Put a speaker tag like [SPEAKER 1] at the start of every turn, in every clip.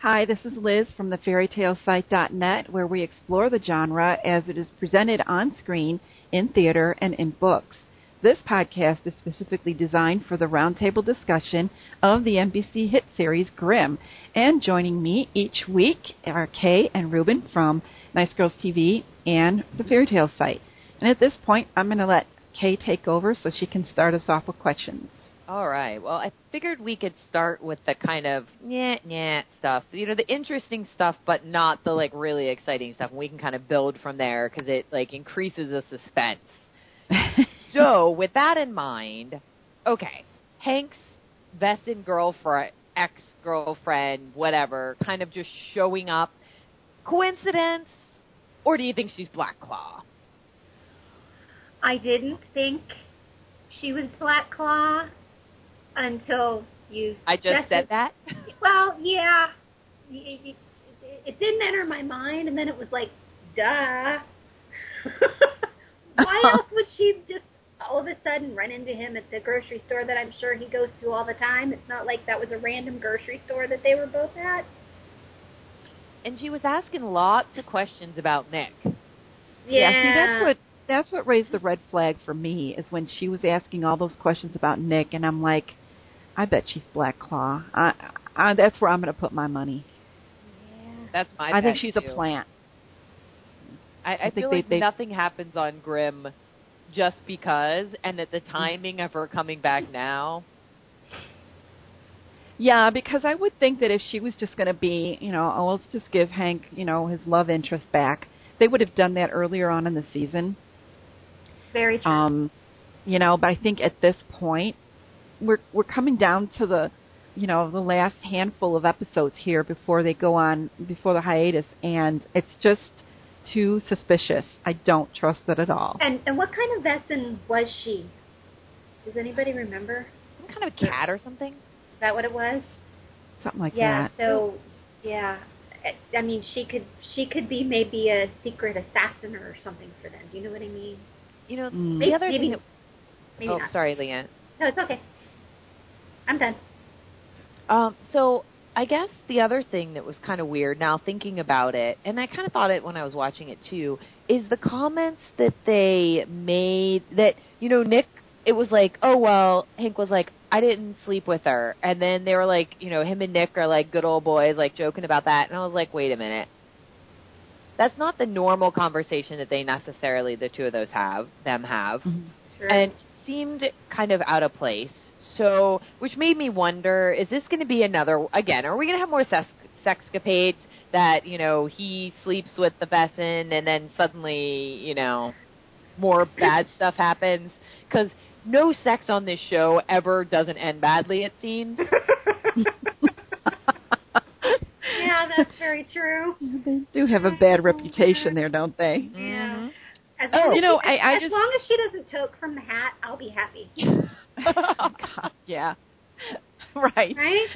[SPEAKER 1] Hi, this is Liz from the fairytalesite.net, where we explore the genre as it is presented on screen, in theater, and in books. This podcast is specifically designed for the roundtable discussion of the NBC hit series Grimm. And joining me each week are Kay and Ruben from Nice Girls TV and the Fairy Tale Site. And at this point, I'm going to let Kay take over so she can start us off with questions.
[SPEAKER 2] All right. Well, I figured we could start with the kind of yeah, yeah stuff. You know, the interesting stuff, but not the like really exciting stuff. And we can kind of build from there because it like increases the suspense. so, with that in mind, okay, Hank's vested girlfriend, ex girlfriend, whatever, kind of just showing up. Coincidence, or do you think she's Black Claw?
[SPEAKER 3] I didn't think she was Black Claw until you.
[SPEAKER 2] I just said
[SPEAKER 3] suggested-
[SPEAKER 2] that.
[SPEAKER 3] Well, yeah, Y- y- it, it didn't enter my mind, and then it was like, duh. Why else would she just all of a sudden run into him at the grocery store that I'm sure he goes to all the time? It's not like that was a random grocery store that they were both at.
[SPEAKER 2] And she was asking lots of questions about Nick.
[SPEAKER 1] Yeah, see, that's what that's what raised the red flag for me is when she was asking all those questions about Nick, and I'm like, I bet she's Black Claw. I, I that's where I'm going to put my money.
[SPEAKER 3] Yeah.
[SPEAKER 2] That's my.
[SPEAKER 1] I, think
[SPEAKER 2] bet,
[SPEAKER 1] she's
[SPEAKER 2] too.
[SPEAKER 1] a plant.
[SPEAKER 2] I, I,
[SPEAKER 1] think
[SPEAKER 2] feel
[SPEAKER 1] they-
[SPEAKER 2] like
[SPEAKER 1] they-
[SPEAKER 2] nothing happens on Grimm just because, and that the timing of her coming back now.
[SPEAKER 1] Yeah, because I would think that if she was just going to be, you know, oh, let's just give Hank, you know, his love interest back, they would have done that earlier on in the season.
[SPEAKER 3] Very true.
[SPEAKER 1] Um, you know, but I think at this point, we're we're coming down to the, you know, the last handful of episodes here before they go on before the hiatus, and it's just too suspicious. I don't trust it at all.
[SPEAKER 3] and and what kind of Vesson was she? Does anybody remember?
[SPEAKER 2] Some kind of a cat or something.
[SPEAKER 3] Is that what it was?
[SPEAKER 1] Something like
[SPEAKER 3] yeah
[SPEAKER 1] that.
[SPEAKER 3] so yeah I- i mean she could she could be maybe a secret assassin or something for them do you know what i mean
[SPEAKER 2] You know,
[SPEAKER 1] Mm.
[SPEAKER 2] the other
[SPEAKER 3] maybe
[SPEAKER 2] thing.
[SPEAKER 3] maybe
[SPEAKER 2] oh,
[SPEAKER 3] not
[SPEAKER 2] sorry, Leanne.
[SPEAKER 3] no it's okay i'm done
[SPEAKER 2] Um, so I guess the other thing that was kind of weird now thinking about it, and I kind of thought it when I was watching it too, is the comments that they made that, you know, Nick, it was like, oh, well, Hank was like, I didn't sleep with her. And then they were like, you know, him and Nick are like good old boys, like joking about that. And I was like, wait a minute. That's not the normal conversation that they necessarily, the two of those have, them have
[SPEAKER 1] Mhm.
[SPEAKER 3] sure.
[SPEAKER 2] and seemed kind of out of place. So, which made me wonder: Is this going to be another again? Are we going to have more sex sexcapades that you know he sleeps with the Vesson, and then suddenly you know more bad stuff happens? Because no sex on this show ever doesn't end badly. It seems.
[SPEAKER 3] yeah that's very true
[SPEAKER 1] They do have a bad reputation there, don't they?
[SPEAKER 3] Yeah.
[SPEAKER 2] Mhm.
[SPEAKER 3] as
[SPEAKER 1] Oh,
[SPEAKER 3] long as
[SPEAKER 1] you know,
[SPEAKER 3] she,
[SPEAKER 1] I- I
[SPEAKER 3] as
[SPEAKER 1] just-
[SPEAKER 3] long as she doesn't toke from the hat i'll be happy
[SPEAKER 1] God, yeah. Right.
[SPEAKER 3] right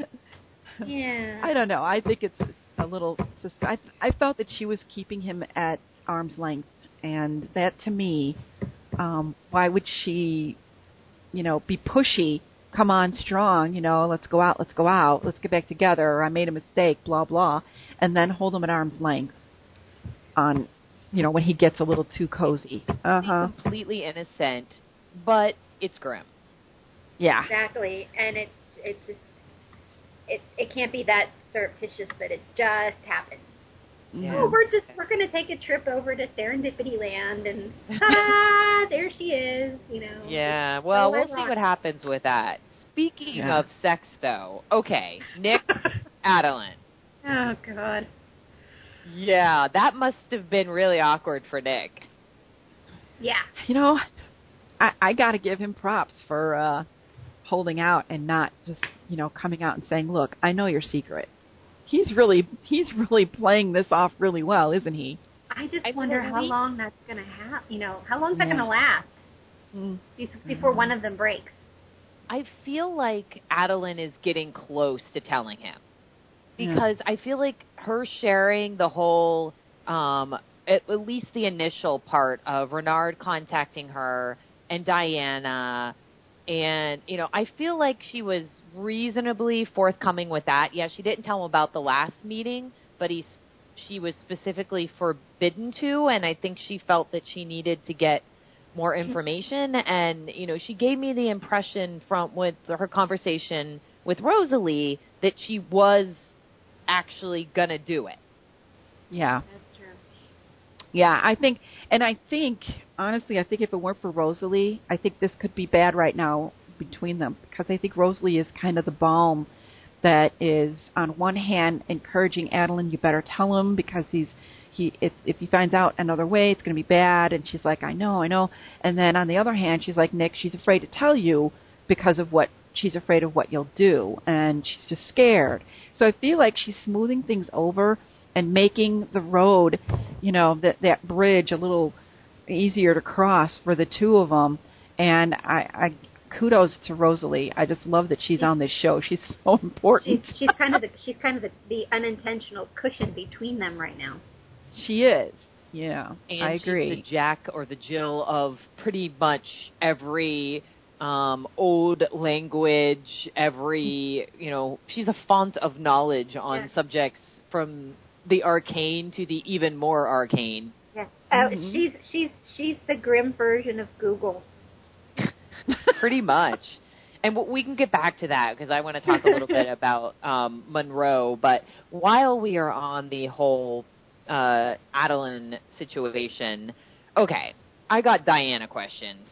[SPEAKER 3] yeah
[SPEAKER 1] I don't know. I think it's a little. sus- I I felt that she was keeping him at arm's length, and that to me, um, why would she, you know, be pushy? Come on, strong. You know, let's go out. Let's go out. Let's get back together. Or I made a mistake. Blah blah, and then hold him at arm's length. On, you know, when he gets a little too cozy. Uh
[SPEAKER 2] Uh-huh.
[SPEAKER 1] huh.
[SPEAKER 2] Completely innocent, but it's grim.
[SPEAKER 1] Yeah.
[SPEAKER 3] exactly and it's it's just it it can't be that surreptitious that it just happened
[SPEAKER 2] Yeah.
[SPEAKER 3] Oh, we're just we're gonna take a trip over to Serendipity Land and ta there she is, you know.
[SPEAKER 2] Yeah, well,
[SPEAKER 3] my
[SPEAKER 2] we'll see
[SPEAKER 3] God.
[SPEAKER 2] what happens with that. Speaking
[SPEAKER 1] Yeah.
[SPEAKER 2] of sex, though, okay, Nick
[SPEAKER 1] Mm-hmm.
[SPEAKER 2] Adeline.
[SPEAKER 3] Oh God.
[SPEAKER 2] Yeah, that must have been really awkward for Nick.
[SPEAKER 3] Yeah.
[SPEAKER 1] you know, I, I got to give him props for uh, holding out and not just you know coming out and saying, "Look, I know your secret." He's really he's really playing this off really well, isn't he?
[SPEAKER 3] I just
[SPEAKER 2] I
[SPEAKER 3] wonder
[SPEAKER 2] feel
[SPEAKER 3] how
[SPEAKER 2] we-
[SPEAKER 3] long that's gonna have. You know, how long's that
[SPEAKER 1] Yeah.
[SPEAKER 3] gonna last
[SPEAKER 1] Mm.
[SPEAKER 3] be- before one of them breaks?
[SPEAKER 2] I feel like Adeline is getting close to telling him
[SPEAKER 1] Yeah.
[SPEAKER 2] because I feel like her sharing the whole, um, at, at least the initial part of Renard contacting her and Diana and you know i feel like she was reasonably forthcoming with that yeah she didn't tell him about the last meeting but he she was specifically forbidden to and i think she felt that she needed to get more information and you know she gave me the impression from with her conversation with rosalie that she was actually going to do it
[SPEAKER 1] Yeah.
[SPEAKER 3] That's true.
[SPEAKER 1] Yeah, I think, and I think honestly, I think if it weren't for Rosalie, I think this could be bad right now between them because I think Rosalie is kind of the balm that is on one hand encouraging Adeline, you better tell him because he's he if if he finds out another way, it's going to be bad, and she's like, I know, I know, and then on the other hand, she's like, Nick, she's afraid to tell you because of what she's afraid of what you'll do, and she's just scared. So I feel like she's smoothing things over and making the road, you know, that that bridge a little easier to cross for the two of them. And I, I kudos to Rosalie. I just love that she's on this show. She's so
[SPEAKER 3] She's
[SPEAKER 1] important.
[SPEAKER 3] she's kind of the she's kind of the, the unintentional cushion between them right now.
[SPEAKER 1] She is. Yeah,
[SPEAKER 2] and
[SPEAKER 1] I agree.
[SPEAKER 2] she's the jack or the jill of pretty much every um old language every you know she's a font of knowledge on
[SPEAKER 3] Yeah.
[SPEAKER 2] subjects from the arcane to the even more arcane
[SPEAKER 3] Yeah.
[SPEAKER 1] Mhm.
[SPEAKER 3] Uh, she's she's she's the grim version of Google.
[SPEAKER 2] pretty much. And w- we can get back to that because I want to talk a little bit about um, Monroe. But while we are on the whole uh, Adeline situation, okay, I got Diana questions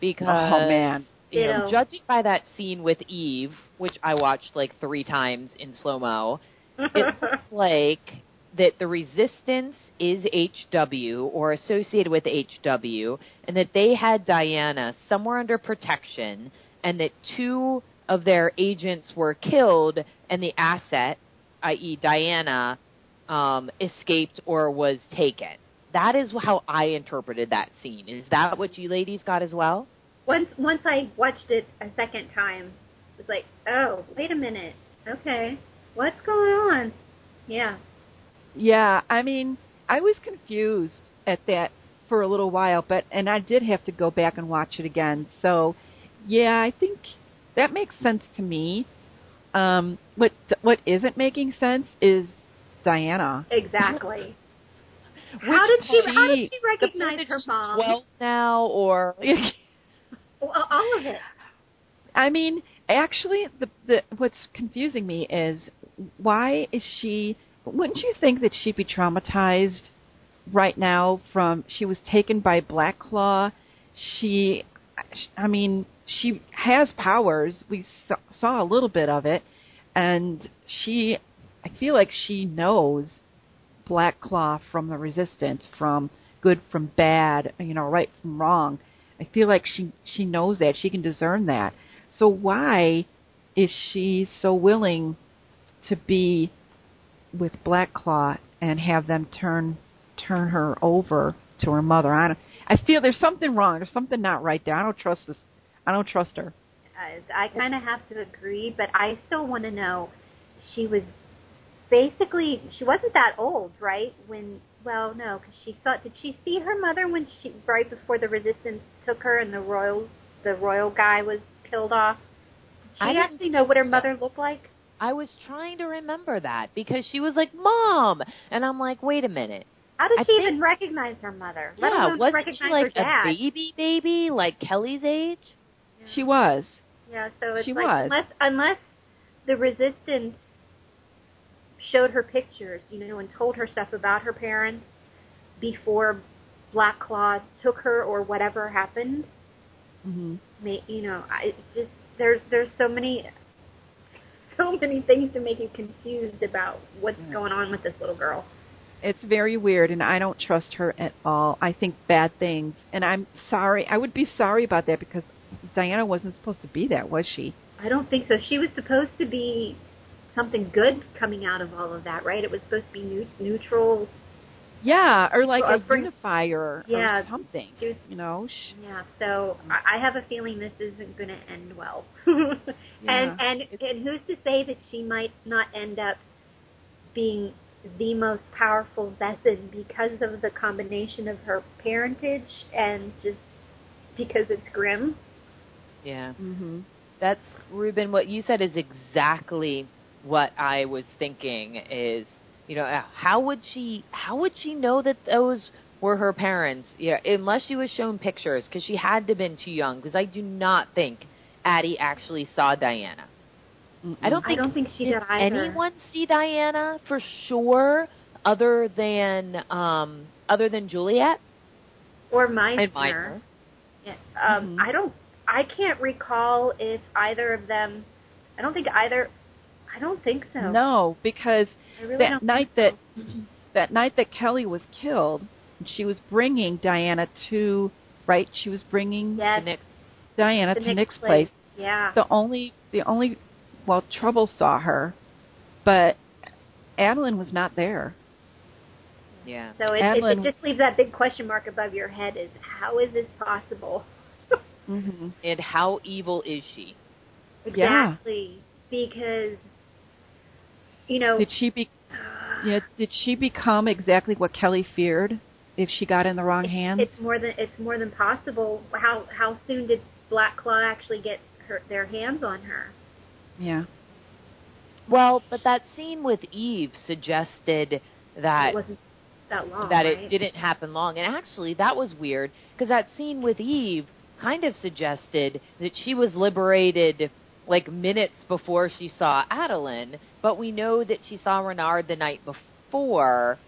[SPEAKER 2] because
[SPEAKER 1] oh man.
[SPEAKER 2] you know,
[SPEAKER 3] Ew.
[SPEAKER 2] judging by that scene with Eve, which I watched like three times in slow mo, it looks like that the resistance is HW or associated with HW, and that they had Diana somewhere under protection, and that two of their agents were killed, and the asset, i.e., Diana, um, escaped or was taken. That is how I interpreted that scene. Is that what you ladies got as well?
[SPEAKER 3] once once I watched it a second time, it was like, oh, wait a minute, okay, what's going on? Yeah,
[SPEAKER 1] Yeah, I mean, I was confused at that for a little while, but and I did have to go back and watch it again. So, yeah, I think that makes sense to me. Um, what what isn't making sense is Diana.
[SPEAKER 3] exactly. how did she, How did she
[SPEAKER 2] The
[SPEAKER 3] recognize
[SPEAKER 2] percentage
[SPEAKER 3] her
[SPEAKER 2] is
[SPEAKER 3] mom?
[SPEAKER 2] 12 now, or
[SPEAKER 3] Well, all of it.
[SPEAKER 1] I mean, actually, the, the what's confusing me is why is she? Wouldn't you think that she'd be traumatized right now from she was taken by Black Claw? She, I mean, she has powers. We saw, saw a little bit of it, and she, I feel like she knows Black Claw from the Resistance, from good from bad, you know, right from wrong. I feel like she she knows that she can discern that. So why is she so willing to be with Black Claw and have them turn turn her over to her mother? I don't, I feel there's something wrong. There's something not right there. I don't trust this. I don't trust her.
[SPEAKER 3] Uh, I kind of have to agree, but I still want to know. She was basically she wasn't that old, right? When well, no, because she saw. Did she see her mother when she right before the resistance took her and the royal the royal guy was killed off? Did she
[SPEAKER 2] I didn't
[SPEAKER 3] actually know what her
[SPEAKER 2] think so.
[SPEAKER 3] mother looked like?
[SPEAKER 2] I was trying to remember that because she was like, "Mom," and I'm like, "Wait a minute."
[SPEAKER 3] How did
[SPEAKER 2] I
[SPEAKER 3] she
[SPEAKER 2] think-
[SPEAKER 3] even recognize her mother? Let
[SPEAKER 2] yeah,
[SPEAKER 3] alone
[SPEAKER 2] wasn't
[SPEAKER 3] recognize
[SPEAKER 2] she like
[SPEAKER 3] her
[SPEAKER 2] a
[SPEAKER 3] dad.
[SPEAKER 2] baby, baby, like Kelly's age?
[SPEAKER 3] Yeah.
[SPEAKER 1] She was.
[SPEAKER 3] Yeah, so it's
[SPEAKER 1] she
[SPEAKER 3] like
[SPEAKER 1] was.
[SPEAKER 3] unless unless the resistance showed her pictures, you know, and told her stuff about her parents before Black Claw took her or whatever happened.
[SPEAKER 1] hmm
[SPEAKER 3] May, you know, I it's just there's there's so many so many things to make you confused about what's
[SPEAKER 1] Yeah.
[SPEAKER 3] going on with this little girl.
[SPEAKER 1] It's very weird, and I don't trust her at all. I think bad things, and I'm sorry. I would be sorry about that because Diana wasn't supposed to be that, was she?
[SPEAKER 3] I don't think so. She was supposed to be something good coming out of all of that, right? It was supposed to be neu- neutral.
[SPEAKER 1] Yeah, or like
[SPEAKER 3] Or
[SPEAKER 1] a
[SPEAKER 3] bring-
[SPEAKER 1] unifier
[SPEAKER 3] Yeah,
[SPEAKER 1] or something.
[SPEAKER 3] she was-
[SPEAKER 1] You know, sh-
[SPEAKER 3] Yeah. So I I have a feeling this isn't going to end well.
[SPEAKER 1] Yeah.
[SPEAKER 3] And and and who's to say that she might not end up being the most powerful Vessin because of the combination of her parentage and just because it's grim.
[SPEAKER 2] Yeah.
[SPEAKER 1] Mm-hmm.
[SPEAKER 2] That's Ruben. What you said is exactly what I was thinking. Is you know uh, how would she how would she know that those were her parents? Yeah, unless she was shown pictures, because she had to have been too young. Because I do not think Addie actually saw Diana. I don't
[SPEAKER 3] I
[SPEAKER 2] think
[SPEAKER 3] don't think she
[SPEAKER 2] did
[SPEAKER 3] did either.
[SPEAKER 2] anyone see Diana for sure, other than um other than Juliet
[SPEAKER 3] or Meisner.
[SPEAKER 2] and Minor.
[SPEAKER 3] Yeah, Um,
[SPEAKER 1] Mhm.
[SPEAKER 3] I don't. I can't recall if either of them. I don't think either. I don't think so.
[SPEAKER 1] No, because
[SPEAKER 3] I really
[SPEAKER 1] that
[SPEAKER 3] don't
[SPEAKER 1] night
[SPEAKER 3] think
[SPEAKER 1] that that night that Kelly was killed, she was bringing Diana to right. She was bringing
[SPEAKER 3] Yes,
[SPEAKER 2] The next-
[SPEAKER 1] Diana
[SPEAKER 3] the
[SPEAKER 1] to Nick's place.
[SPEAKER 3] place. Yeah.
[SPEAKER 1] The only the only well trouble saw her, but Adeline was not there.
[SPEAKER 2] Yeah.
[SPEAKER 3] So it, it,
[SPEAKER 1] Adeline-
[SPEAKER 3] it just leaves that big question mark above your head: is how is this possible?
[SPEAKER 1] Mm-hmm.
[SPEAKER 2] And how evil is she?
[SPEAKER 1] Yeah.
[SPEAKER 3] Exactly. Because you know.
[SPEAKER 1] Did she be yeah, did she become exactly what Kelly feared if she got in the wrong
[SPEAKER 3] it's,
[SPEAKER 1] hands?
[SPEAKER 3] It's more than it's more than possible. How how soon did Black Claw actually get her, their hands on her?
[SPEAKER 1] yeah.
[SPEAKER 2] Well, but that scene with Eve suggested that
[SPEAKER 3] it wasn't that long.
[SPEAKER 2] that
[SPEAKER 3] right?
[SPEAKER 2] it didn't happen long. And actually, that was weird because that scene with Eve kind of suggested that she was liberated like minutes before she saw Adeline, but we know that she saw Renard the night before.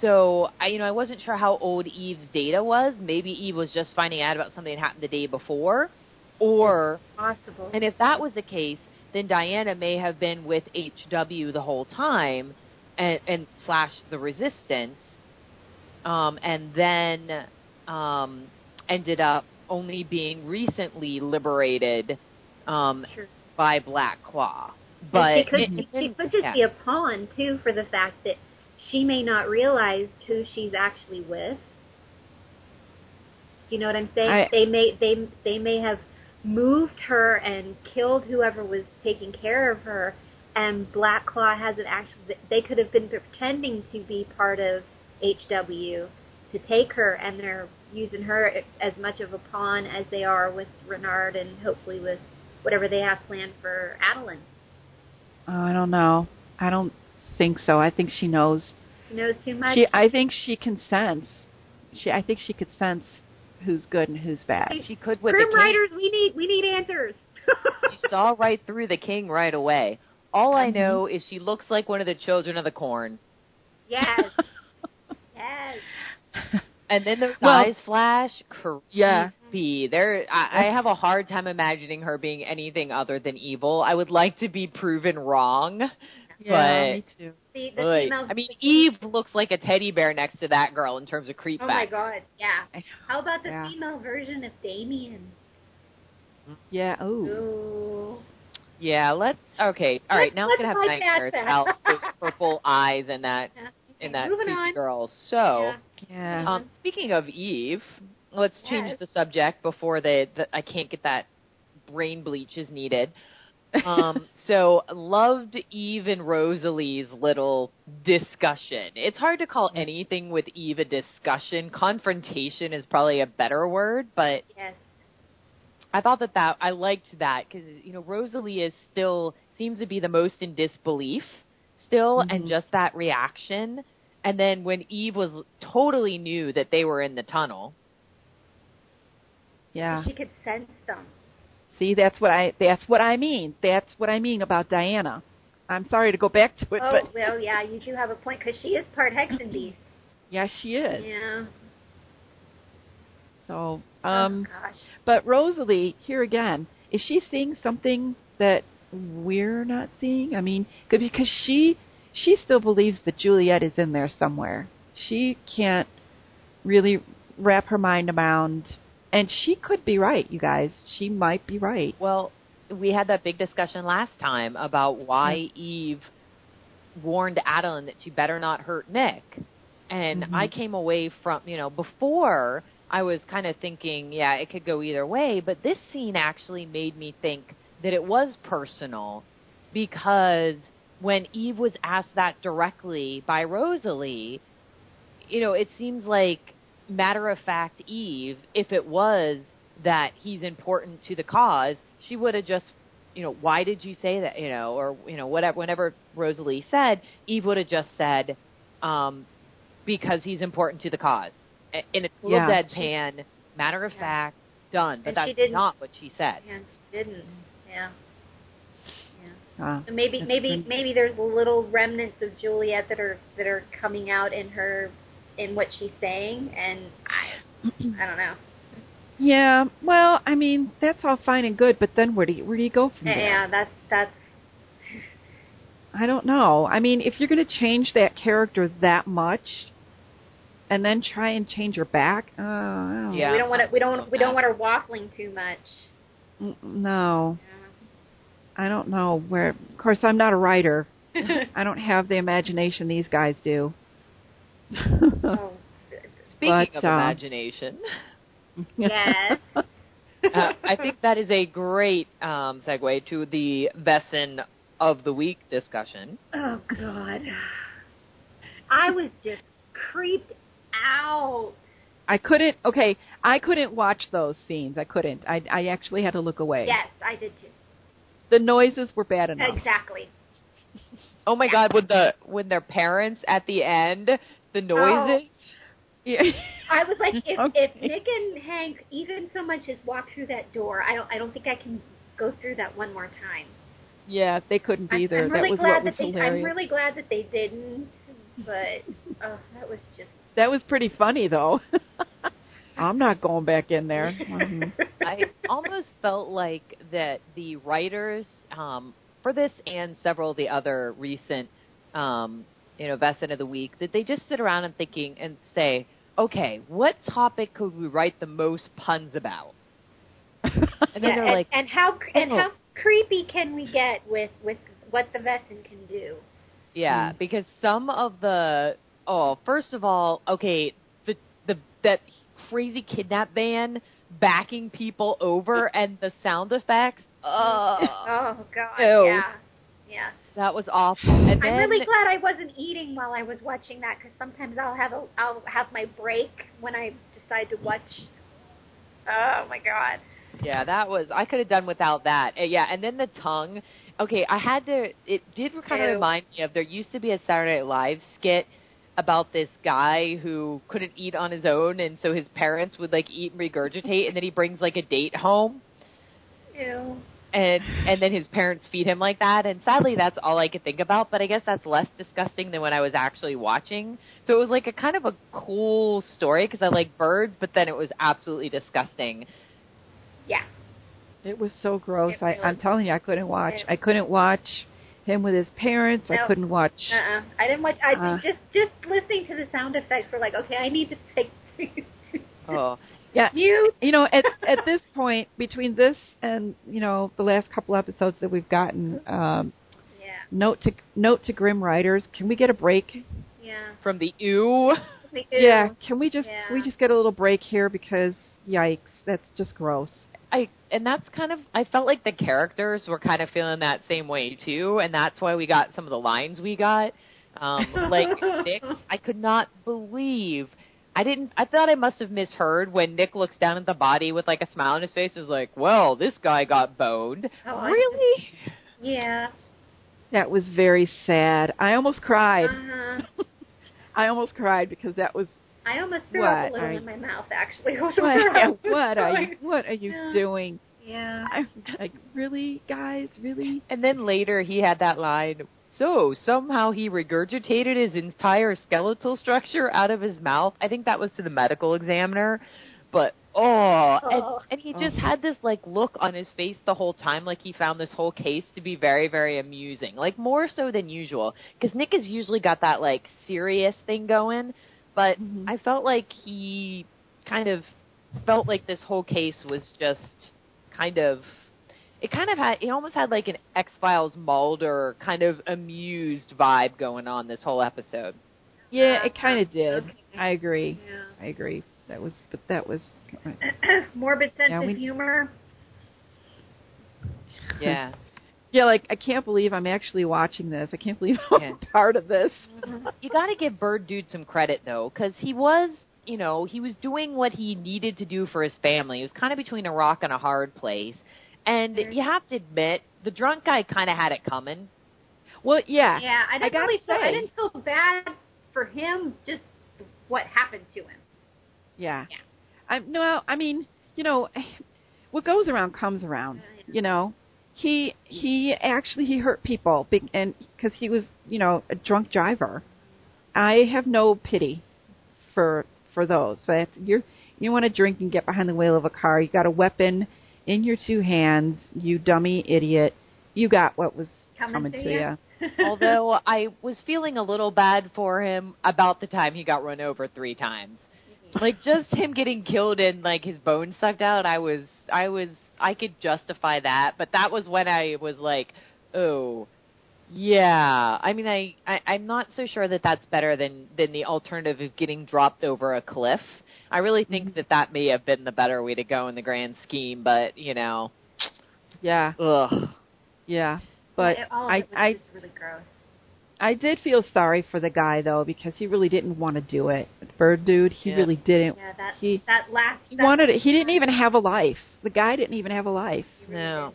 [SPEAKER 2] So I, you know, I wasn't sure how old Eve's data was. Maybe Eve was just finding out about something that happened the day before, or
[SPEAKER 3] possible.
[SPEAKER 2] and if that was the case, then Diana may have been with HW the whole time, and, and slash the resistance, um, and then um, ended up only being recently liberated um,
[SPEAKER 3] Sure.
[SPEAKER 2] by Black Claw.
[SPEAKER 3] And
[SPEAKER 2] But
[SPEAKER 3] she could,
[SPEAKER 2] it-
[SPEAKER 3] she,
[SPEAKER 2] it didn't-
[SPEAKER 3] could just
[SPEAKER 2] yeah.
[SPEAKER 3] be a pawn too for the fact that she may not realize who she's actually with. Do you know what I'm saying?
[SPEAKER 1] I-
[SPEAKER 3] they may they they may have moved her and killed whoever was taking care of her, and Black Claw hasn't actually. They could have been pretending to be part of HW to take her, and they're using her as much of a pawn as they are with Renard and hopefully with whatever they have planned for Adeline.
[SPEAKER 1] Oh, I don't know. I don't think so. I think she knows.
[SPEAKER 3] She knows too much.
[SPEAKER 1] She I think she can sense. She I think she could sense who's good and who's bad.
[SPEAKER 2] she could with the
[SPEAKER 3] Grim
[SPEAKER 2] king.
[SPEAKER 3] Riders, we need we need answers.
[SPEAKER 2] She saw right through the king right away. All I
[SPEAKER 3] Mm-hmm.
[SPEAKER 2] know is she looks like one of the children of the corn.
[SPEAKER 3] yes, yes.
[SPEAKER 2] And then those
[SPEAKER 1] Well-
[SPEAKER 2] eyes flash. Creepy.
[SPEAKER 1] Yeah.
[SPEAKER 2] There, I, I have a hard time imagining her being anything other than evil. I would like to be proven wrong.
[SPEAKER 1] yeah,
[SPEAKER 2] but-
[SPEAKER 1] me too.
[SPEAKER 3] The, the
[SPEAKER 2] But,
[SPEAKER 3] female.
[SPEAKER 2] I mean, Eve looks like a teddy bear next to that girl in terms of creep
[SPEAKER 3] oh my
[SPEAKER 2] factor.
[SPEAKER 3] god, yeah.
[SPEAKER 1] I know.
[SPEAKER 3] How about the
[SPEAKER 1] Yeah.
[SPEAKER 3] female version of Damien?
[SPEAKER 1] Yeah, oh.
[SPEAKER 3] Ooh.
[SPEAKER 2] Yeah, let's. Okay, all right.
[SPEAKER 3] Let's-
[SPEAKER 2] Now I'm
[SPEAKER 3] let's
[SPEAKER 2] gonna have
[SPEAKER 3] bypass
[SPEAKER 2] nightmares
[SPEAKER 3] that.
[SPEAKER 2] about those purple eyes and that
[SPEAKER 3] Yeah.
[SPEAKER 2] and that
[SPEAKER 3] Moving
[SPEAKER 2] creepy
[SPEAKER 3] on.
[SPEAKER 2] girl. So,
[SPEAKER 1] Yeah.
[SPEAKER 2] um, speaking of Eve, let's change
[SPEAKER 3] Yes.
[SPEAKER 2] the subject before the, the I can't get that brain bleach is needed. um, so loved Eve and Rosalie's little discussion. It's hard to call anything with Eve a discussion. Confrontation is probably a better word, but
[SPEAKER 3] Yes.
[SPEAKER 2] I thought that that I liked that because you know Rosalie is still seems to be the most in disbelief still, and
[SPEAKER 1] Mhm.
[SPEAKER 2] just that reaction. And then when Eve was totally knew that they were in the tunnel,
[SPEAKER 1] yeah.
[SPEAKER 3] She could sense them.
[SPEAKER 1] See, that's what I that's what I mean. That's what I mean about Diana. I'm sorry to go back to it,
[SPEAKER 3] oh
[SPEAKER 1] but
[SPEAKER 3] well, yeah. You do have a point because she is part Hexen Beast.
[SPEAKER 1] yes, she is.
[SPEAKER 3] yeah.
[SPEAKER 1] So, um
[SPEAKER 3] oh gosh.
[SPEAKER 1] But Rosalie, here again, is she seeing something that we're not seeing? I mean, 'cause- because she she still believes that Juliet is in there somewhere. She can't really wrap her mind around, and she could be right, you guys. She might be right.
[SPEAKER 2] Well, we had that big discussion last time about why Eve warned Adeline that she better not hurt Nick. And
[SPEAKER 1] Mhm.
[SPEAKER 2] I came away from, you know, before I was kind of thinking, yeah, it could go either way, but this scene actually made me think that it was personal because when Eve was asked that directly by Rosalie, you know, it seems like matter of fact Eve, if it was that he's important to the cause, she would have just, you know, why did you say that, you know, or you know, whatever. Whenever Rosalie said, Eve would have just said, um, because he's important to the cause, A- and it's a little
[SPEAKER 1] Yeah.
[SPEAKER 2] deadpan, matter of
[SPEAKER 3] Yeah.
[SPEAKER 2] fact, done. But
[SPEAKER 3] And she
[SPEAKER 2] that's
[SPEAKER 3] didn't-
[SPEAKER 2] not what she said.
[SPEAKER 3] And she didn't. Yeah. Yeah.
[SPEAKER 1] Uh,
[SPEAKER 3] So maybe
[SPEAKER 1] That's
[SPEAKER 3] maybe
[SPEAKER 1] good.
[SPEAKER 3] maybe there's little remnants of Juliet that are that are coming out in her in what she's saying and I I don't know.
[SPEAKER 1] yeah. Well, I mean, that's all fine and good, but then where do you where do you go from
[SPEAKER 3] Yeah,
[SPEAKER 1] there?
[SPEAKER 2] Uh-uh.
[SPEAKER 3] that's that's
[SPEAKER 1] I don't know. I mean, if you're going to change that character that much, and then try and change her back, uh, I don't-
[SPEAKER 2] Yeah.
[SPEAKER 3] we don't want to we don't we don't want her waffling too much.
[SPEAKER 1] n- no,
[SPEAKER 3] Yeah.
[SPEAKER 1] I don't know where. Of course, I'm not a writer. I don't have the imagination these guys do.
[SPEAKER 3] oh.
[SPEAKER 2] Speaking
[SPEAKER 1] But,
[SPEAKER 2] of
[SPEAKER 1] um,
[SPEAKER 2] imagination,
[SPEAKER 3] Yes.
[SPEAKER 2] uh, I think that is a great um, segue to the Vesson of the Week discussion.
[SPEAKER 3] oh God. I was just creeped out.
[SPEAKER 1] I couldn't. Okay, I couldn't watch those scenes. I couldn't. I I actually had to look away.
[SPEAKER 3] Yes, I did too.
[SPEAKER 1] The noises were bad enough.
[SPEAKER 3] Exactly.
[SPEAKER 2] Oh my God! With the when their parents at the end, the noises.
[SPEAKER 1] Yeah.
[SPEAKER 3] I was like, if,
[SPEAKER 1] Okay.
[SPEAKER 3] if Nick and Hank even so much as walk through that door, I don't I don't think I can go through that one more time.
[SPEAKER 1] Yeah, they couldn't
[SPEAKER 3] I'm,
[SPEAKER 1] either.
[SPEAKER 3] I'm really
[SPEAKER 1] that was
[SPEAKER 3] glad
[SPEAKER 1] what was
[SPEAKER 3] that they, I'm
[SPEAKER 1] hilarious.
[SPEAKER 3] really glad that they didn't, but oh, that was just.
[SPEAKER 1] That was pretty funny though. I'm not going back in there.
[SPEAKER 3] Mm-hmm.
[SPEAKER 1] Mhm.
[SPEAKER 2] I almost felt like that the writers um, for this and several of the other recent, um, you know, Vesson of the Week that they just sit around and thinking and say, okay, what topic could we write the most puns about? And then
[SPEAKER 3] Yeah,
[SPEAKER 2] they're
[SPEAKER 3] and,
[SPEAKER 2] like,
[SPEAKER 3] and how cr- and
[SPEAKER 2] oh.
[SPEAKER 3] how creepy can we get with with what the Vesson can do?
[SPEAKER 2] Yeah, because some of the oh, first of all, okay, the the that crazy kidnap van backing people over and the sound effects. Oh,
[SPEAKER 3] Oh God,
[SPEAKER 1] Ew.
[SPEAKER 3] yeah, yeah.
[SPEAKER 2] that was awful. And then
[SPEAKER 3] I'm really glad I wasn't eating while I was watching that because sometimes I'll have a I'll have my break when I decide to watch. Oh my god!
[SPEAKER 2] yeah, that was I could have done without that. Uh, yeah, and then the tongue. Okay, I had to. It did kind of
[SPEAKER 3] Ew.
[SPEAKER 2] remind me of there used to be a Saturday Night Live skit about this guy who couldn't eat on his own, and so his parents would like eat and regurgitate, and then he brings like a date home.
[SPEAKER 3] Ew.
[SPEAKER 2] and and then his parents feed him like that and sadly that's all i could think about but i guess that's less disgusting than when i was actually watching so it was like a kind of a cool story because i like birds but then it was absolutely disgusting
[SPEAKER 3] Yeah.
[SPEAKER 1] it was so gross.
[SPEAKER 3] It
[SPEAKER 1] I, I'm
[SPEAKER 3] really-
[SPEAKER 1] telling you, I couldn't watch.
[SPEAKER 3] it-
[SPEAKER 1] I couldn't watch him with his parents. I
[SPEAKER 3] No.
[SPEAKER 1] couldn't watch.
[SPEAKER 3] Uh. uh I didn't watch. I
[SPEAKER 1] Uh.
[SPEAKER 3] just just listening to the sound effects were like, okay, I need to take.
[SPEAKER 2] oh
[SPEAKER 1] Yeah,
[SPEAKER 3] You.
[SPEAKER 1] you know, at at this point, between this and you know the last couple episodes that we've gotten, um,
[SPEAKER 3] Yeah.
[SPEAKER 1] note to note to Grim Riders, can we get a break?
[SPEAKER 3] Yeah.
[SPEAKER 2] from the ew
[SPEAKER 3] Like,
[SPEAKER 1] Yeah,
[SPEAKER 3] ew.
[SPEAKER 1] can we just can we
[SPEAKER 3] Yeah.
[SPEAKER 1] just get a little break here because yikes, that's just gross.
[SPEAKER 2] i and that's kind of i felt like the characters were kind of feeling that same way too and that's why we got some of the lines we got um like nick i could not believe I didn't. I thought I must have misheard when Nick looks down at the body with like a smile on his face. Is like, well, this guy got boned.
[SPEAKER 3] Oh, I-
[SPEAKER 2] really?
[SPEAKER 3] Yeah.
[SPEAKER 1] That was very sad. I almost cried.
[SPEAKER 3] Uh-huh.
[SPEAKER 1] I almost cried because that was
[SPEAKER 3] I almost threw
[SPEAKER 1] What
[SPEAKER 3] up a little
[SPEAKER 1] are you-
[SPEAKER 3] in my mouth actually. What,
[SPEAKER 1] what, what are you what are you
[SPEAKER 3] Yeah.
[SPEAKER 1] doing?
[SPEAKER 3] Yeah.
[SPEAKER 1] I'm like really, guys, really?
[SPEAKER 2] And then later he had that line. So somehow he regurgitated his entire skeletal structure out of his mouth. I think that was to the medical examiner. But oh, and,
[SPEAKER 3] Oh.
[SPEAKER 2] and he just had this like look on his face the whole time, like he found this whole case to be very, very amusing, like more so than usual. Because Nick has usually got that like serious thing going, but
[SPEAKER 1] Mhm.
[SPEAKER 2] I felt like he kind of felt like this whole case was just kind of it kind of had it almost had like an X Files Mulder kind of amused vibe going on this whole episode.
[SPEAKER 1] Yeah, it kind of did.
[SPEAKER 3] Uh-huh. Okay.
[SPEAKER 1] I agree.
[SPEAKER 3] Yeah.
[SPEAKER 1] I agree. That was but that was
[SPEAKER 3] morbid sense
[SPEAKER 1] Yeah, we-
[SPEAKER 3] of humor.
[SPEAKER 2] Yeah.
[SPEAKER 1] Yeah, like I can't believe I'm actually watching this. I can't believe I'm
[SPEAKER 2] Yeah. Mm-hmm.
[SPEAKER 1] part of this.
[SPEAKER 2] you got to give Bird Dude some credit though, because he was you know, he was doing what he needed to do for his family. He was kind of between a rock and a hard place. And
[SPEAKER 3] Sure.
[SPEAKER 2] you have to admit, the drunk guy kind of had it coming. Well, yeah.
[SPEAKER 3] Yeah, I
[SPEAKER 2] I
[SPEAKER 3] didn't
[SPEAKER 2] gotta
[SPEAKER 3] really feel,
[SPEAKER 2] say-
[SPEAKER 3] I didn't feel bad for him. Just what happened to him.
[SPEAKER 1] Yeah.
[SPEAKER 3] Yeah.
[SPEAKER 1] I no, I mean, you know, what goes around comes around.
[SPEAKER 3] Oh, Yeah.
[SPEAKER 1] You know, he he actually he hurt people, be- and because he was you know a drunk driver, I have no pity for for those. So if you're you want to drink and get behind the wheel of a car, you got a weapon in your two hands, you dummy idiot. You got what was
[SPEAKER 3] Coming, to,
[SPEAKER 1] to ya.
[SPEAKER 3] you.
[SPEAKER 2] Although I was feeling a little bad for him about the time he got run over three times. Like just him getting killed and like his bones sucked out, I was I was I could justify that, but that was when I was like, "Oh, yeah." I mean, I, I I'm not so sure that that's better than than the alternative of getting dropped over a cliff. I really think that that may have been the better way to go in the grand scheme, but, you know,
[SPEAKER 1] Yeah,
[SPEAKER 2] ugh.
[SPEAKER 1] yeah. But
[SPEAKER 3] It- all of
[SPEAKER 1] I
[SPEAKER 3] it was
[SPEAKER 1] I
[SPEAKER 3] just really gross.
[SPEAKER 1] I did feel sorry for the guy though because he really didn't want to do it. Bird dude, he
[SPEAKER 2] Yeah.
[SPEAKER 1] really didn't.
[SPEAKER 3] Yeah, that
[SPEAKER 1] he
[SPEAKER 3] that last.
[SPEAKER 1] he
[SPEAKER 3] that
[SPEAKER 1] wanted it.
[SPEAKER 3] last
[SPEAKER 1] He didn't
[SPEAKER 3] time,
[SPEAKER 1] even have a life. The guy didn't even have a life.
[SPEAKER 3] he really
[SPEAKER 2] No.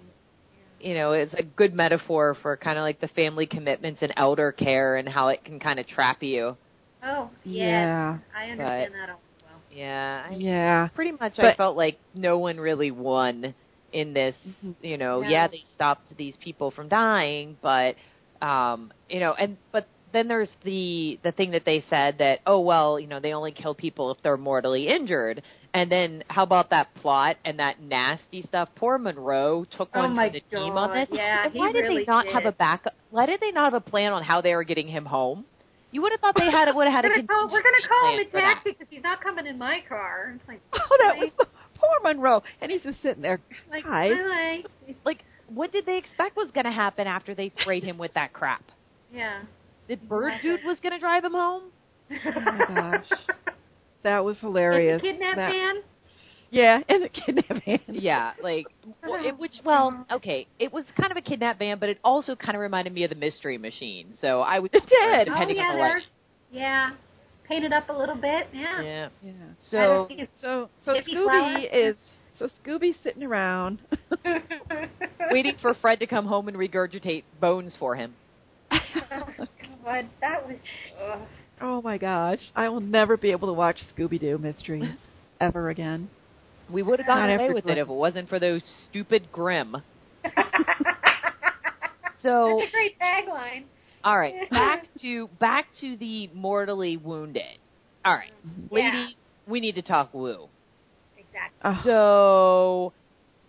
[SPEAKER 3] didn't.
[SPEAKER 2] you know, it's a good metaphor for kind of like the family commitments and elder care and how it can kind of trap you.
[SPEAKER 3] Oh yes,
[SPEAKER 1] Yeah.
[SPEAKER 3] I understand that all well.
[SPEAKER 2] Yeah. I,
[SPEAKER 1] Yeah.
[SPEAKER 2] Pretty much I
[SPEAKER 1] But-
[SPEAKER 2] felt like no one really won in this,
[SPEAKER 3] Mm-hmm.
[SPEAKER 2] you know.
[SPEAKER 3] No.
[SPEAKER 2] Yeah, they stopped these people from dying, but um, you know, and but then there's the the thing that they said that oh well, you know, they only kill people if they're mortally injured. And then how about that plot and that nasty stuff? Poor Monroe took
[SPEAKER 3] Oh
[SPEAKER 2] one
[SPEAKER 3] my
[SPEAKER 2] for the team on
[SPEAKER 3] God,
[SPEAKER 2] this.
[SPEAKER 3] yeah,
[SPEAKER 2] and
[SPEAKER 3] he
[SPEAKER 2] why did they
[SPEAKER 3] really
[SPEAKER 2] not have
[SPEAKER 3] did.
[SPEAKER 2] a backup? Why did they not have a plan on how they were getting him home? You would have thought they had would have had
[SPEAKER 3] We're
[SPEAKER 2] a
[SPEAKER 3] gonna call, we're gonna
[SPEAKER 2] contingency
[SPEAKER 3] call him
[SPEAKER 2] plan
[SPEAKER 3] a
[SPEAKER 2] for that.
[SPEAKER 3] taxi because he's not coming in my car. It's like,
[SPEAKER 1] Oh, that was poor Monroe, and he's just sitting there.
[SPEAKER 3] like
[SPEAKER 1] Hi.
[SPEAKER 3] hi.
[SPEAKER 2] like what did they expect was going to happen after they sprayed him with that crap?
[SPEAKER 3] Yeah.
[SPEAKER 2] The bird dude was going to drive him home.
[SPEAKER 3] Oh
[SPEAKER 1] my gosh. That was
[SPEAKER 3] And the
[SPEAKER 1] hilarious.
[SPEAKER 3] kidnap
[SPEAKER 1] That-
[SPEAKER 3] man.
[SPEAKER 1] Yeah, and the kidnap man.
[SPEAKER 2] Yeah, like well, it, which well, okay, it was kind of a kidnap van, but it also kind of reminded me of the mystery machine. So I was
[SPEAKER 1] It did.
[SPEAKER 3] Oh
[SPEAKER 2] depending
[SPEAKER 3] yeah,
[SPEAKER 2] on the
[SPEAKER 3] there's
[SPEAKER 2] light.
[SPEAKER 3] yeah. Paint it up a little bit. Yeah.
[SPEAKER 2] Yeah.
[SPEAKER 1] Yeah.
[SPEAKER 3] I don't
[SPEAKER 2] So
[SPEAKER 3] think
[SPEAKER 1] So so
[SPEAKER 3] Hippie
[SPEAKER 1] Scooby
[SPEAKER 3] flower.
[SPEAKER 1] is so Scooby's sitting around.
[SPEAKER 3] it's-
[SPEAKER 2] waiting for Fred to come home and regurgitate bones for him.
[SPEAKER 3] Oh, God, that was. ugh.
[SPEAKER 1] oh my gosh, I will never be able to watch Scooby Doo mysteries ever again.
[SPEAKER 2] We would have gotten
[SPEAKER 1] Not
[SPEAKER 2] away
[SPEAKER 1] after
[SPEAKER 2] with it if it wasn't for those stupid Grimm. So
[SPEAKER 3] That's a great tagline.
[SPEAKER 2] All right, back to back to the mortally wounded. All right,
[SPEAKER 3] Yeah.
[SPEAKER 2] ladies, we need to talk woo.
[SPEAKER 3] Exactly.
[SPEAKER 1] Oh,
[SPEAKER 2] So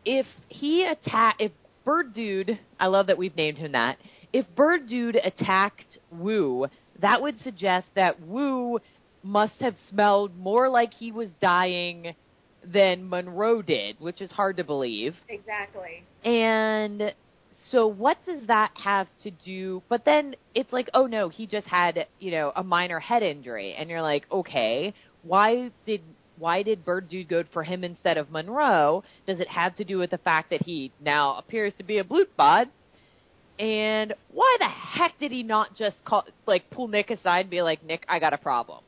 [SPEAKER 2] if he attack if Bird Dude, I love that we've named him that. If Bird Dude attacked Woo, that would suggest that Woo must have smelled more like he was dying than Monroe did, which is hard to believe.
[SPEAKER 3] Exactly.
[SPEAKER 2] And so what does that have to do? But then it's like, oh no, he just had, you know, a minor head injury and you're like, okay, why did why did Bird Dude go for him instead of Monroe? Does it have to do with the fact that he now appears to be a bloot bod? And why the heck did he not just call like pull Nick aside and be like, Nick, I got a problem?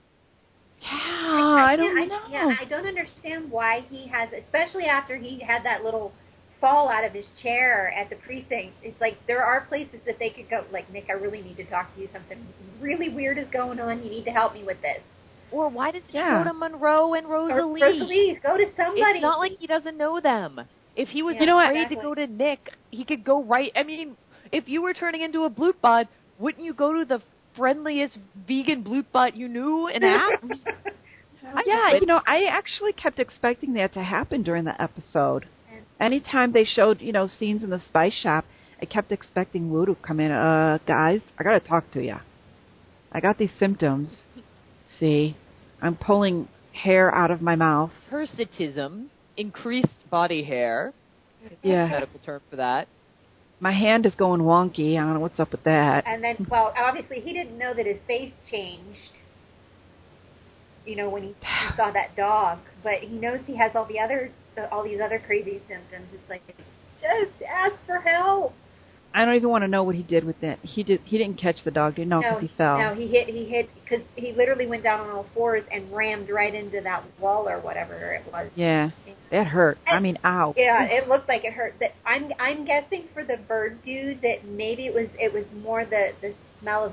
[SPEAKER 1] yeah, Oh, I, don't
[SPEAKER 3] can't-
[SPEAKER 1] know.
[SPEAKER 3] I, yeah, I don't understand why he has, especially after he had that little fall out of his chair at the precinct. It's like there are places that they could go. Like Nick, I really need to talk to you. Something really weird is going on. You need to help me with this.
[SPEAKER 2] Or why does he
[SPEAKER 1] Yeah.
[SPEAKER 2] go to Monroe and
[SPEAKER 3] Or
[SPEAKER 2] Rosalie?
[SPEAKER 3] Rosalie, go to somebody.
[SPEAKER 2] It's not like he doesn't know them. If he was
[SPEAKER 3] Yeah, You know what?
[SPEAKER 2] afraid
[SPEAKER 3] exactly.
[SPEAKER 2] to go to Nick, he could go right. I mean, if you were turning into a bloot bot, wouldn't you go to the friendliest vegan bloot bot you knew and ask?
[SPEAKER 1] yeah, you know, I actually kept expecting that to happen during the episode.
[SPEAKER 3] Yeah.
[SPEAKER 1] Anytime they showed, you know, scenes in the spice shop, I kept expecting Wu to come in. Uh, guys, I gotta talk to ya. I got these symptoms. See, I'm pulling hair out of my mouth.
[SPEAKER 2] Hirsutism, increased body hair.
[SPEAKER 1] Yeah.
[SPEAKER 2] Medical term for that.
[SPEAKER 1] My hand is going wonky. I don't know what's up with that.
[SPEAKER 3] And then, well, obviously he didn't know that his face changed. You know when he, he saw that dog, but he knows he has all the other, all these other crazy symptoms. It's like, just ask for help.
[SPEAKER 1] I don't even want to know what he did with it. He did. He didn't catch the dog, did no,
[SPEAKER 3] no,
[SPEAKER 1] because he fell.
[SPEAKER 3] No, he hit. He hit because he literally went down on all fours and rammed right into that wall or whatever it was.
[SPEAKER 1] Yeah, that hurt. I mean, ow.
[SPEAKER 3] Yeah, it looked like it hurt. But I'm I'm guessing for the bird dude that maybe it was it was more the the smell of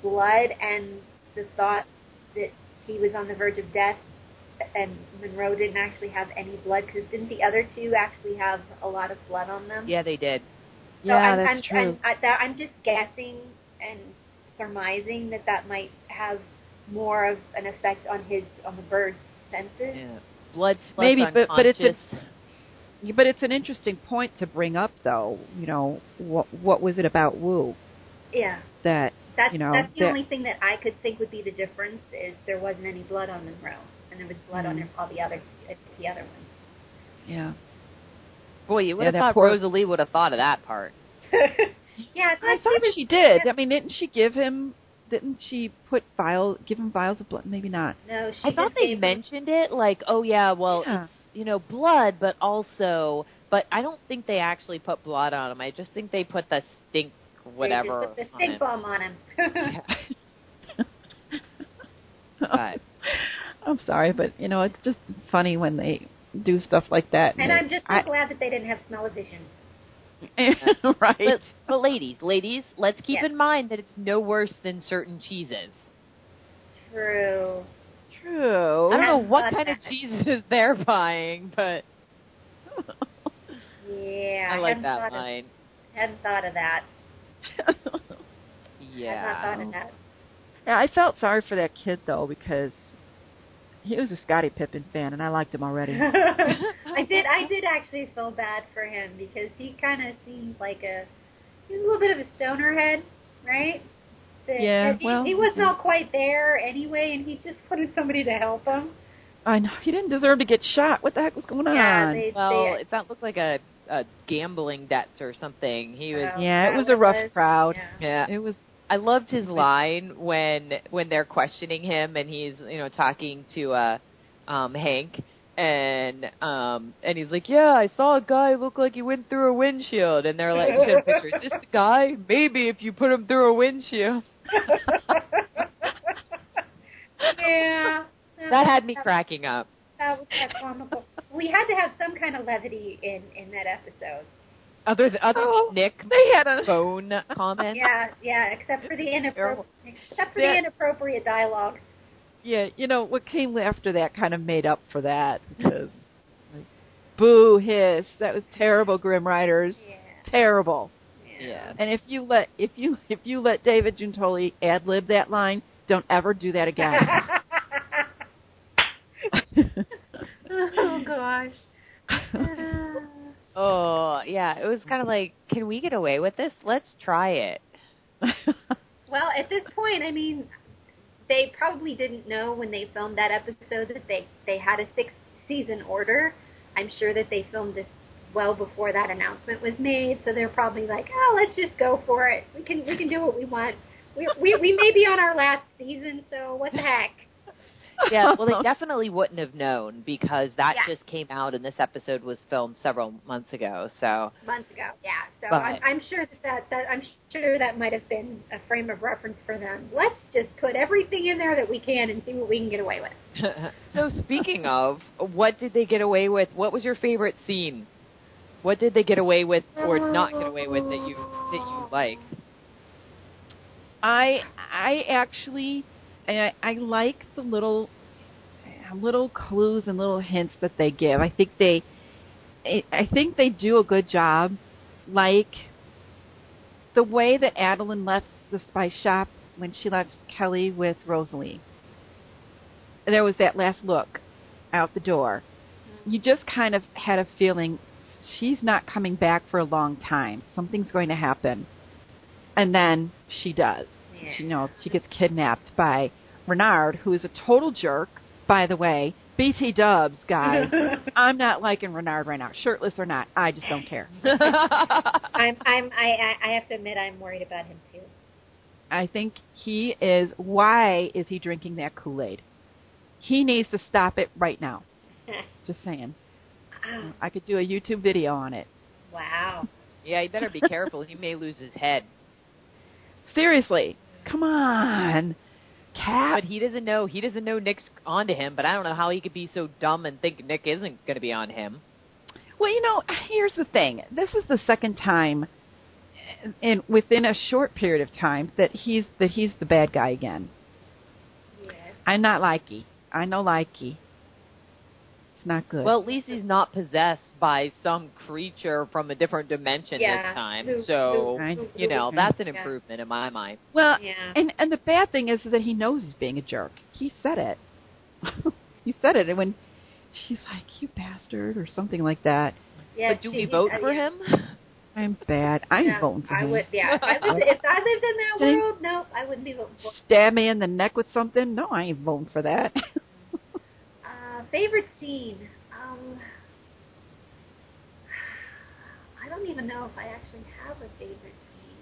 [SPEAKER 3] blood and the thought that he was on the verge of death. And Monroe didn't actually have any blood because didn't the other two actually have a lot of blood on them?
[SPEAKER 2] Yeah, they did.
[SPEAKER 3] So
[SPEAKER 1] yeah,
[SPEAKER 3] I'm,
[SPEAKER 1] that's
[SPEAKER 3] I'm,
[SPEAKER 1] true.
[SPEAKER 3] I'm, I, that, I'm just guessing and surmising that that might have more of an effect on his on the bird's senses.
[SPEAKER 2] Yeah. Blood. plus
[SPEAKER 1] Maybe, but- but it's a-
[SPEAKER 2] unconscious.
[SPEAKER 1] but it's an interesting point to bring up, though. You know, what what was it about Wu
[SPEAKER 3] Yeah,
[SPEAKER 1] that
[SPEAKER 3] that's
[SPEAKER 1] You know,
[SPEAKER 3] that's the
[SPEAKER 1] that-
[SPEAKER 3] only thing that I could think would be the difference is there wasn't any blood on Monroe, and there was blood on
[SPEAKER 1] Mhm.
[SPEAKER 3] him, all the other uh, the other
[SPEAKER 1] yeah
[SPEAKER 2] boy. You would
[SPEAKER 1] Yeah,
[SPEAKER 2] have
[SPEAKER 1] that
[SPEAKER 2] thought
[SPEAKER 1] poor-
[SPEAKER 2] Rosalie would have thought of that part.
[SPEAKER 3] ones. yeah, it's
[SPEAKER 1] I
[SPEAKER 3] like she
[SPEAKER 1] thought
[SPEAKER 3] was-
[SPEAKER 1] she did. I mean, didn't she give him? Didn't she put vial? Give him vials of blood? Maybe not.
[SPEAKER 3] No, she
[SPEAKER 2] I thought
[SPEAKER 3] just
[SPEAKER 2] they
[SPEAKER 3] gave-
[SPEAKER 2] mentioned it, like, oh yeah, well,
[SPEAKER 1] Yeah.
[SPEAKER 2] you know, blood, but also, but I don't think they actually put blood on him. I just think they put the stink
[SPEAKER 3] they just
[SPEAKER 2] whatever
[SPEAKER 3] put the
[SPEAKER 2] on
[SPEAKER 3] stink
[SPEAKER 2] him.
[SPEAKER 3] bomb on him.
[SPEAKER 2] Yeah. But-
[SPEAKER 1] I'm sorry, but you know, it's just funny when they do stuff like that.
[SPEAKER 3] and I'm just so
[SPEAKER 1] I-
[SPEAKER 3] glad that they didn't have smell of vision.
[SPEAKER 1] right.
[SPEAKER 2] But, but ladies, ladies, let's keep
[SPEAKER 3] Yeah.
[SPEAKER 2] in mind that it's no worse than certain cheeses.
[SPEAKER 3] True.
[SPEAKER 1] True.
[SPEAKER 2] I don't know
[SPEAKER 3] Yeah,
[SPEAKER 2] what
[SPEAKER 3] but-
[SPEAKER 2] kind of cheeses they're buying, but
[SPEAKER 3] Yeah,
[SPEAKER 2] I like that
[SPEAKER 3] hadn't thought of-
[SPEAKER 2] line.
[SPEAKER 3] hadn't thought of that.
[SPEAKER 2] Yeah.
[SPEAKER 3] I've not
[SPEAKER 1] oh,
[SPEAKER 3] thought of that.
[SPEAKER 1] Yeah, I felt sorry for that kid though because he was a Scottie Pippen fan, and I liked him already.
[SPEAKER 3] I did. I did actually feel bad for him because he kind of seems like a he's a little bit of a stoner head, right? That-
[SPEAKER 1] Yeah,
[SPEAKER 3] that he,
[SPEAKER 1] well,
[SPEAKER 3] he was
[SPEAKER 1] yeah.
[SPEAKER 3] not quite there anyway, and he just wanted somebody to help him.
[SPEAKER 1] I know he didn't deserve to get shot. What the heck was going
[SPEAKER 3] Yeah,
[SPEAKER 1] on?
[SPEAKER 3] they,
[SPEAKER 2] Well,
[SPEAKER 3] they,
[SPEAKER 2] if that looked like a, a gambling debts or something, he was.
[SPEAKER 3] Oh,
[SPEAKER 1] yeah, it
[SPEAKER 3] that
[SPEAKER 1] was a rough
[SPEAKER 3] was-
[SPEAKER 1] crowd.
[SPEAKER 3] yeah.
[SPEAKER 2] Yeah.
[SPEAKER 1] It was
[SPEAKER 2] I loved his line when when they're questioning him and he's you know talking to uh um Hank and um and he's like, Yeah, I saw a guy look like he went through a windshield and they're like show pictures. Is this the guy? Maybe if you put him through a windshield.
[SPEAKER 3] yeah.
[SPEAKER 2] That had me cracking up.
[SPEAKER 3] That was that comical. we had to have some kind of levity in in that episode.
[SPEAKER 2] Other th- other
[SPEAKER 1] Oh,
[SPEAKER 2] than Nick
[SPEAKER 1] they had a
[SPEAKER 2] phone comment.
[SPEAKER 3] Yeah, yeah. Except for the inappropriate, except for
[SPEAKER 1] Yeah.
[SPEAKER 3] the inappropriate dialogue.
[SPEAKER 1] Yeah, you know what came after that kind of made up for that because like, boo hiss that was terrible Grim Riders
[SPEAKER 3] Yeah.
[SPEAKER 1] terrible
[SPEAKER 2] Yeah.
[SPEAKER 1] and if you let if you if you let David Gentoli ad lib that line don't ever do that again
[SPEAKER 3] oh gosh.
[SPEAKER 2] Oh yeah. It was kinda like, Can we get away with this? Let's try it.
[SPEAKER 3] well, at this point, I mean, they probably didn't know when they filmed that episode that they they had a six season order. I'm sure that they filmed this well before that announcement was made, so they're probably like, "Oh, let's just go for it. We can we can do what we want. We we, we may be on our last season, so what the heck."
[SPEAKER 2] yeah, well, they definitely wouldn't have known because that
[SPEAKER 3] Yeah.
[SPEAKER 2] just came out, and this episode was filmed several months ago. So,
[SPEAKER 3] months ago. Yeah, so
[SPEAKER 2] But-
[SPEAKER 3] I'm, I'm sure that, that that I'm sure that might have been a frame of reference for them. Let's just put everything in there that we can and see what we can get away with.
[SPEAKER 2] so speaking of, what did they get away with? What was your favorite scene? What did they get away with or not get away with that you that you liked?
[SPEAKER 1] I I actually I, I like the little little clues and little hints that they give. I think they I I think they do a good job. Like the way that Adeline left the spice shop when she left Kelly with Rosalie. There was that last look out the door. You just kind of had a feeling she's not coming back for a long time. Something's going to happen. And then she does. She you know she gets kidnapped by Renard, who is a total jerk, by the way. BT dubs, guys. I'm not liking Renard right now, shirtless or not. I just don't care.
[SPEAKER 3] I'm I'm I I I have to admit I'm worried about him too.
[SPEAKER 1] I think he is. Why is he drinking that Kool Aid? He needs to stop it right now. Just saying.
[SPEAKER 3] Oh,
[SPEAKER 1] I could do a YouTube video on it.
[SPEAKER 3] wow.
[SPEAKER 2] Yeah, you better be careful. He may lose his head.
[SPEAKER 1] Seriously, come on, Cap.
[SPEAKER 2] But he doesn't know. He doesn't know Nick's onto him. But I don't know how he could be so dumb and think Nick isn't going to be on him.
[SPEAKER 1] Well, you know, here's the thing. This is the second time, in within a short period of time, that he's that he's the bad guy again.
[SPEAKER 3] Yes.
[SPEAKER 1] I'm not likey. I know likey. It's not good.
[SPEAKER 2] Well, at least he's not possessed by some creature from a different dimension
[SPEAKER 3] Yeah.
[SPEAKER 2] this time.
[SPEAKER 3] Who-
[SPEAKER 2] so
[SPEAKER 1] who-
[SPEAKER 3] who-
[SPEAKER 2] you know
[SPEAKER 3] who-
[SPEAKER 2] that's an
[SPEAKER 3] yeah.
[SPEAKER 2] improvement in my mind.
[SPEAKER 1] well,
[SPEAKER 3] Yeah.
[SPEAKER 1] and and the bad thing is that he knows he's being a jerk. He said it. he said it, and when she's like, "You bastard," or something like that.
[SPEAKER 3] Yeah,
[SPEAKER 2] but do
[SPEAKER 3] she-
[SPEAKER 2] we
[SPEAKER 3] he-
[SPEAKER 2] vote
[SPEAKER 3] uh,
[SPEAKER 2] for
[SPEAKER 3] yeah.
[SPEAKER 2] him?
[SPEAKER 1] I'm bad. I'm
[SPEAKER 3] Yeah,
[SPEAKER 1] voting for
[SPEAKER 3] I
[SPEAKER 1] him.
[SPEAKER 3] would, yeah. If I lived, if I lived in that
[SPEAKER 1] See?
[SPEAKER 3] world, no, I wouldn't be voting for.
[SPEAKER 1] Stab me in the neck with something? No, I ain't voting for that.
[SPEAKER 3] Uh, favorite scene? Um, I don't even know if I actually have a favorite scene.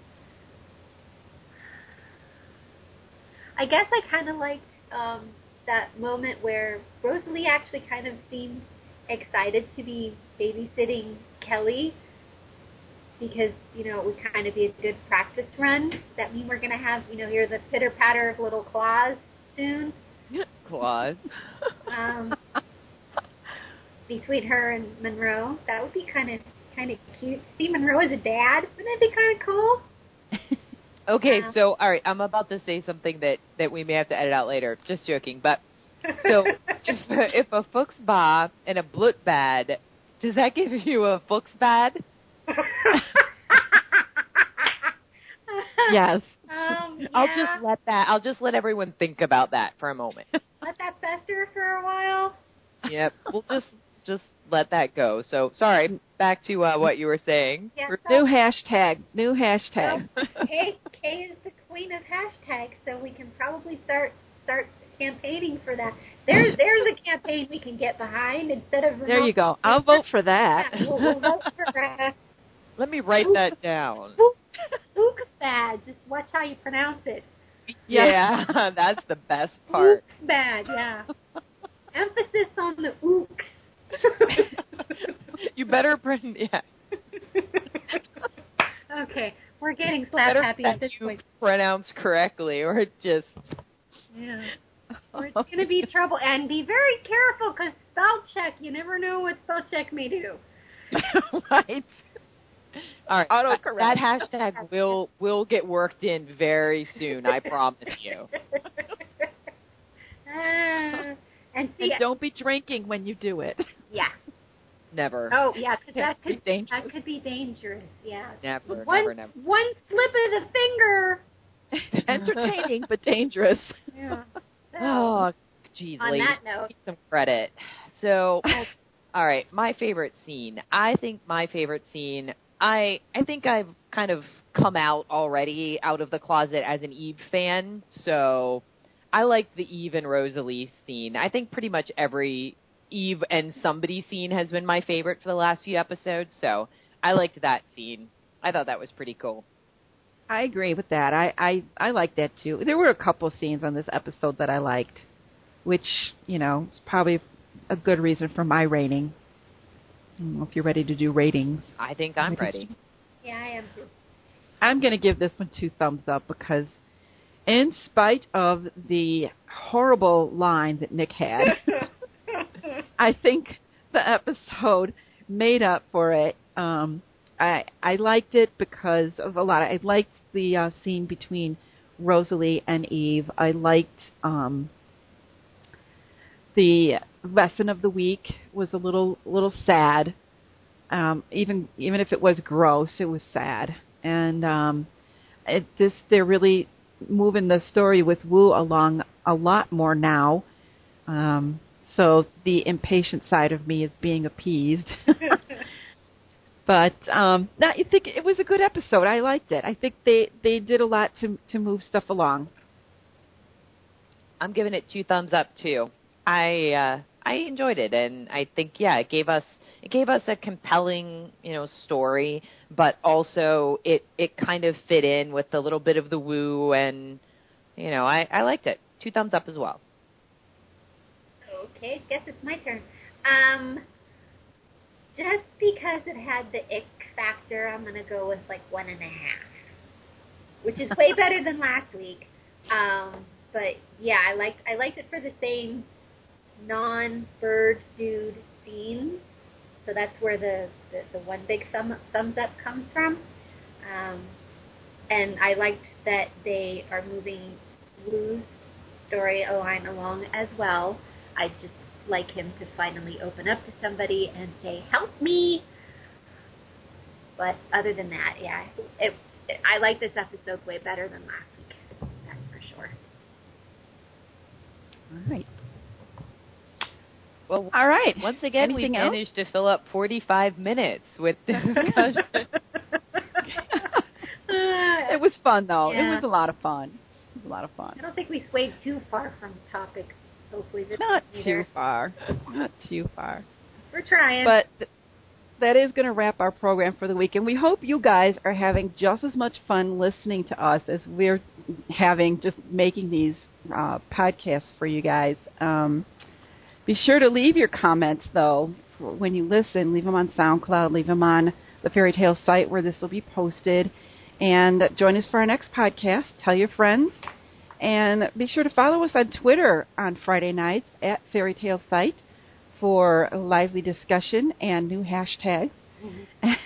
[SPEAKER 3] I guess I kind of liked um, that moment where Rosalie actually kind of seemed excited to be babysitting Kelly because you know it would kind of be a good practice run. That mean we're gonna have you know hear the pitter patter of little claws soon
[SPEAKER 2] Claus.
[SPEAKER 3] um, between her and Monroe. That would be kind of kind of cute. See Monroe as a dad. Wouldn't that be kind of cool?
[SPEAKER 2] Okay,
[SPEAKER 3] Yeah.
[SPEAKER 2] so all right, I'm about to say something that that we may have to edit out later. Just joking, but so if, if a Fuchsbah and a Blutbad, does that give you a Fuchsbad?
[SPEAKER 1] yes.
[SPEAKER 3] Um, yeah.
[SPEAKER 2] I'll just let that. I'll just let everyone think about that for a moment.
[SPEAKER 3] let that fester for a while.
[SPEAKER 2] yep, we'll just just let that go. So sorry, back to uh, what you were saying.
[SPEAKER 3] Yeah,
[SPEAKER 1] New hashtag. New hashtag.
[SPEAKER 3] Kay, Kay is the queen of hashtags, so we can probably start start campaigning for that. There's there's a campaign we can get behind instead of
[SPEAKER 1] There you go. I'll vote for
[SPEAKER 3] Yeah,
[SPEAKER 1] that.
[SPEAKER 3] we'll, we'll vote for uh,
[SPEAKER 2] Let me write that down.
[SPEAKER 3] Ookbad. Just watch how you pronounce it.
[SPEAKER 1] Yeah.
[SPEAKER 2] yeah that's the best part.
[SPEAKER 3] Ookbad, yeah. Emphasis on the ook.
[SPEAKER 2] you better print. Yeah.
[SPEAKER 3] okay, we're getting slap
[SPEAKER 2] better
[SPEAKER 3] happy
[SPEAKER 2] that
[SPEAKER 3] at this
[SPEAKER 2] you
[SPEAKER 3] point.
[SPEAKER 2] pronounce correctly, or it just
[SPEAKER 3] Yeah. Or it's going to be trouble. And be very careful because spell check, you never know what spell check may do.
[SPEAKER 2] right. All right,
[SPEAKER 1] Autocorrect.
[SPEAKER 2] That hashtag will will get worked in very soon. I promise you.
[SPEAKER 3] Ah, and
[SPEAKER 1] And
[SPEAKER 3] see,
[SPEAKER 1] don't be drinking when you do it.
[SPEAKER 3] yeah.
[SPEAKER 2] Never,
[SPEAKER 3] Oh, yeah, 'cause
[SPEAKER 1] Yeah,
[SPEAKER 3] that could
[SPEAKER 1] it's dangerous.
[SPEAKER 3] That could be dangerous, yeah.
[SPEAKER 2] never,
[SPEAKER 3] one,
[SPEAKER 2] never, never.
[SPEAKER 3] one slip of the finger.
[SPEAKER 1] Entertaining but dangerous.
[SPEAKER 3] Yeah. So,
[SPEAKER 2] Oh, geez,
[SPEAKER 3] on
[SPEAKER 2] ladies,
[SPEAKER 3] that note,
[SPEAKER 2] take some credit. So, all right, my favorite scene. I think my favorite scene. I I think I've kind of come out already out of the closet as an Eve fan. So, I like the Eve and Rosalie scene. I think pretty much every Eve and somebody scene has been my favorite for the last few episodes. So, I liked that scene. I thought that was pretty cool.
[SPEAKER 1] I agree with that. I, I, I like that too. There were a couple of scenes on this episode that I liked, which, you know, is probably a good reason for my rating. I don't know if you're ready to do ratings.
[SPEAKER 2] I think I'm
[SPEAKER 1] What did
[SPEAKER 2] ready.
[SPEAKER 1] you-
[SPEAKER 3] yeah, I am too.
[SPEAKER 1] I'm going to give this one two thumbs up because, in spite of the horrible line that Nick had, I think the episode made up for it. Um, I I liked it because of a lot. Of, I liked the uh, scene between Rosalie and Eve. I liked um, the lesson of the week was a little little sad. Um, even even if it was gross, it was sad. And um, it, this they're really moving the story with Wu along a lot more now. Um, so the impatient side of me is being appeased. but um, no, I think it was a good episode. I liked it. I think they, they did a lot to to move stuff along.
[SPEAKER 2] I'm giving it two thumbs up too. I uh, I enjoyed it, and I think yeah, it gave us it gave us a compelling you know story, but also it it kind of fit in with a little bit of the woo, and you know I I liked it. Two thumbs up as well.
[SPEAKER 3] Okay, guess it's my turn. Um, just because it had the ick factor, I'm gonna go with like one and a half, which is way better than last week. Um, but yeah, I liked I liked it for the same non-bird dude scenes. So that's where the the, the one big thumb, thumbs up comes from. Um, and I liked that they are moving Lou's story line along as well. I just like him to finally open up to somebody and say, "Help me." But other than that, yeah, it, it, I like this episode way better than last week. That's for sure.
[SPEAKER 1] All right.
[SPEAKER 2] Well,
[SPEAKER 1] All right.
[SPEAKER 2] once again,
[SPEAKER 1] Anything
[SPEAKER 2] we
[SPEAKER 1] else?
[SPEAKER 2] managed to fill up 45 minutes with this discussion.
[SPEAKER 1] It was fun though. It
[SPEAKER 3] Yeah.
[SPEAKER 1] was a lot of fun. It was a lot of fun.
[SPEAKER 3] I don't think we swayed too far from the topic. Hopefully, this
[SPEAKER 1] Not too
[SPEAKER 3] either.
[SPEAKER 1] far. Not too far.
[SPEAKER 3] We're trying.
[SPEAKER 1] But th- that is going to wrap our program for the week, and we hope you guys are having just as much fun listening to us as we're having just making these uh, podcasts for you guys. Um, be sure to leave your comments though for when you listen. Leave them on SoundCloud. Leave them on the Fairy Tale site where this will be posted. And join us for our next podcast. Tell your friends. And be sure to follow us on Twitter on Friday nights at Fairy Tale Site for lively discussion and new hashtags.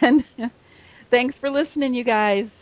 [SPEAKER 1] And thanks for listening, you guys.